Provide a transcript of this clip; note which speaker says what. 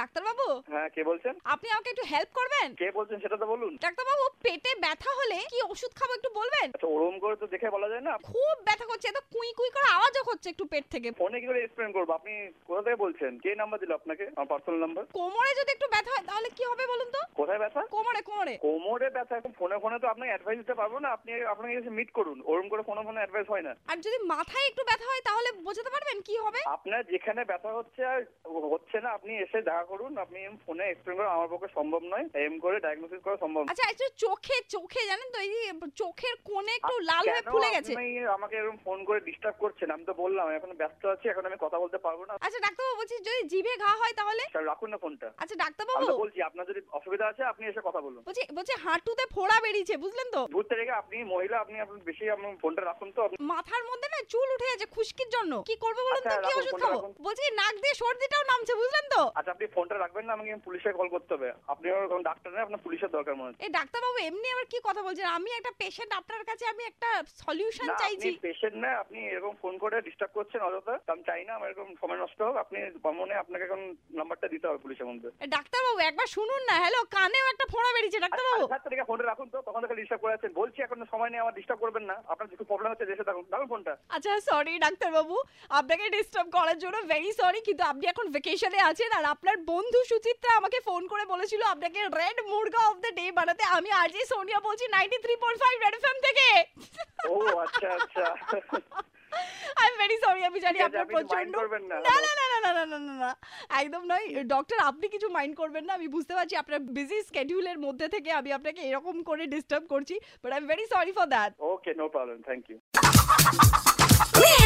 Speaker 1: ডাক্তারবাবু
Speaker 2: হ্যাঁ কে বলছেন
Speaker 1: আপনি আমাকে একটু হেল্প করবেন
Speaker 2: কে বলছেন সেটা তো বলুন
Speaker 1: ডাক্তারবাবু পেটে ব্যথা হলে কি ওষুধ খাবো একটু বলবেন
Speaker 2: আচ্ছা ওরম করে তো দেখে বলা যায় না
Speaker 1: খুব ব্যথা করছে এত কুই কুই করে আওয়াজও হচ্ছে একটু পেট থেকে
Speaker 2: ফোনে কি করে এক্সপ্লেন করবো আপনি কোথা থেকে বলছেন কে নাম্বার দিল আপনাকে আমার পার্সোনাল নাম্বার
Speaker 1: কোমরে যদি একটু ব্যথা হয় তাহলে কি হবে বলুন তো
Speaker 2: কোথায় ব্যথা
Speaker 1: কোমরে কোমরে
Speaker 2: কোমরে ব্যথা এখন ফোনে ফোনে তো আপনাকে অ্যাডভাইস দিতে পারবো না আপনি আপনাকে এসে মিট করুন ওরম করে ফোনে ফোনে অ্যাডভাইস হয় না
Speaker 1: আর যদি মাথায় একটু ব্যথা হয় তাহলে বোঝাতে পারবেন কি হবে
Speaker 2: আপনার যেখানে ব্যথা হচ্ছে আর হচ্ছে না আপনি এসে দেখা করুন আপনি ফোনে এক্সপ্লেন করা আমার পক্ষে সম্ভব নয় এম করে ডায়াগনোসিস করা সম্ভব না।
Speaker 1: আচ্ছা একটু চোখে চোখে জানেন তো এই যে চোখের কোণে একটু লাল হয়ে
Speaker 2: কেন
Speaker 1: ফুলে আচ্ছা, গেছে
Speaker 2: আপনি আমাকে এরকম ফোন করে ডিস্টার্ব করছেন আমি তো বললাম এখন ব্যস্ত আছি এখন আমি কথা বলতে পারবো না
Speaker 1: আচ্ছা ডাক্তারবাবু বলছি যদি জিভে ঘা হয় তাহলে
Speaker 2: স্যার রাখুন না ফোনটা
Speaker 1: আচ্ছা
Speaker 2: আমি
Speaker 1: ডাক্তারবাবু
Speaker 2: তো বলছি আপনার যদি অসুবিধা আছে আপনি এসে কথা বলুন
Speaker 1: বলছি বলছি হাঁটুতে ফোড়া বেরিয়েছে বুঝলেন তো
Speaker 2: দূর থেকে আপনি মহিলা আপনি আপনার বেশি আপনার ফোনটা রাখুন তো আপনি
Speaker 1: মাথার মধ্যে না চুল উঠে যাচ্ছে খুশকির জন্য কি করবো বলুন তো
Speaker 2: আচ্ছা,
Speaker 1: কি
Speaker 2: রাখুন,
Speaker 1: ওষুধ
Speaker 2: ফোনটা
Speaker 1: খাবো
Speaker 2: রাখুন।
Speaker 1: বলছি নাক দিয়ে সর্দিটাও নামছে বুঝলেন তো
Speaker 2: আচ্ছা আপনি ফোনটা রাখবেন না আমাকে পুলিশে কল করতে হবে আপনি আমার কোনো ডাক্তার নেই আপনার পুলিশের দরকার মনে হচ্ছে
Speaker 1: এই ডাক্তারবাবু এমনি আবার কি কথা বলছেন আমি একটা পেশেন্ট আপনার কাছে আমি একটা সলিউশন
Speaker 2: না আপনি
Speaker 1: চাইছি
Speaker 2: পেশেন্ট না আপনি এরকম ফোন করে ডিস্টার্ব করছেন অযথা আমি চাই না আমার এরকম সময় নষ্ট হোক আপনি মনে হয় আপনাকে এখন নাম্বারটা দিতে হবে পুলিশের মধ্যে
Speaker 1: এ, ডাক্তারবাবু একবার শুনুন না হ্যালো কানেও একটা ফোড়া বেরিয়েছে ডাক্তারবাবু
Speaker 2: সাত তারিখে ফোনটা রাখুন তো তখন থেকে ডিস্টার্ব করে যাচ্ছেন বলছি এখন সময় নেই আমার ডিস্টার্ব করবেন না আপনার কিছু প্রবলেম হচ্ছে দেশে থাকুন রাখুন ফোনটা
Speaker 1: আচ্ছা সরি ডাক্তারবাবু আপনাকে ডিস্টার্ব করার জন্য ভেরি সরি কিন্তু আপনি এখন ভেকেশনে আছেন আর আপনার বন্ধু সুচিত্রা আমাকে ফোন করে বলেছিল আপনাকে red Murga of the day বানাতে আমি আজই সোনিয়া বলছি ninety three point five red FM থেকে
Speaker 2: ও আচ্ছা আচ্ছা
Speaker 1: আই এম ভেরি সরি আমি জানি
Speaker 2: ঠিক আছে,
Speaker 1: আপনার
Speaker 2: আপনি
Speaker 1: প্রচন্ড
Speaker 2: mind করবেন না।
Speaker 1: না না না না না না না না না একদম নয় ডক্টর আপনি কিছু মাইন্ড করবেন না আমি বুঝতে পারছি আপনার বিজি স্কেডিউলের মধ্যে থেকে আমি আপনাকে এরকম করে ডিস্টার্ব করছি but I am very sorry for that
Speaker 2: okay no problem thank you
Speaker 3: Mix.